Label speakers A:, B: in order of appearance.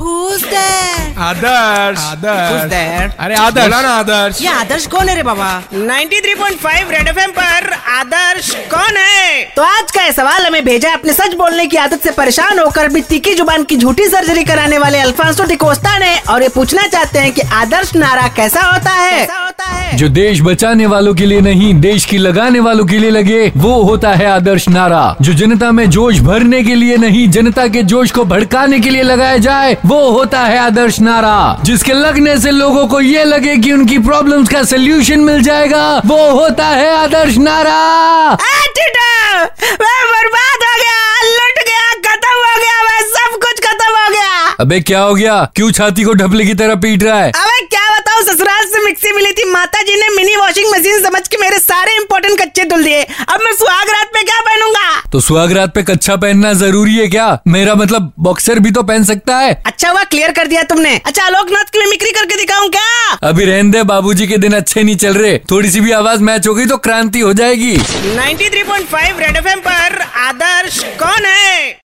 A: who's there?
B: Adarsh
C: Who's
B: Adarsh
C: there?
B: अरे आदर्श बोला ना आदर्श
A: ये आदर्श कौन है रे बाबा
C: 93.5 रेड एफएम पर आदर्श कौन है
A: तो आज का ये सवाल हमें भेजा है अपने सच बोलने की आदत से परेशान होकर भी तीखी जुबान की झूठी सर्जरी कराने वाले अल्फांसो डिकोस्ता ने और ये पूछना चाहते हैं कि आदर्श नारा कैसा होता है कैसा होता है
D: जो देश बचाने वालों के लिए नहीं देश की लगाने वालों के लिए लगे वो होता है आदर्श नारा जो जनता में जोश भरने के लिए नहीं जनता के जोश को भड़काने के लिए लगाया जाए वो होता है आदर्श नारा जिसके लगने से लोगों को ये लगे कि उनकी प्रॉब्लम्स का सोल्यूशन मिल जाएगा वो होता है आदर्श नारा
A: मैं बर्बाद हो गया लुट गया खत्म हो गया मैं सब कुछ खत्म हो गया
D: अबे क्या हो गया क्यों छाती को ढपले की तरह पीट रहा है
A: अबे क्या बताऊं ससुराल से मिक्सी मिली थी माता जी ने मिनी वॉशिंग मशीन समझ के मेरे सारे इंपोर्टेंट कच्चे धुल दिए अब मैं सुहाग रात में क्या पहनूंगा
D: तो सुहागरात पे कच्छा पहनना जरूरी है क्या मेरा मतलब बॉक्सर भी तो पहन सकता है
A: अच्छा हुआ क्लियर कर दिया तुमने अच्छा आलोकनाथ की मिमिक्री करके दिखाऊं क्या
D: अभी रहने दे बाबूजी के दिन अच्छे नहीं चल रहे थोड़ी सी भी आवाज मैच हो गई तो क्रांति हो जाएगी
C: 93.5 रेड एफएम पर आदर्श कौन है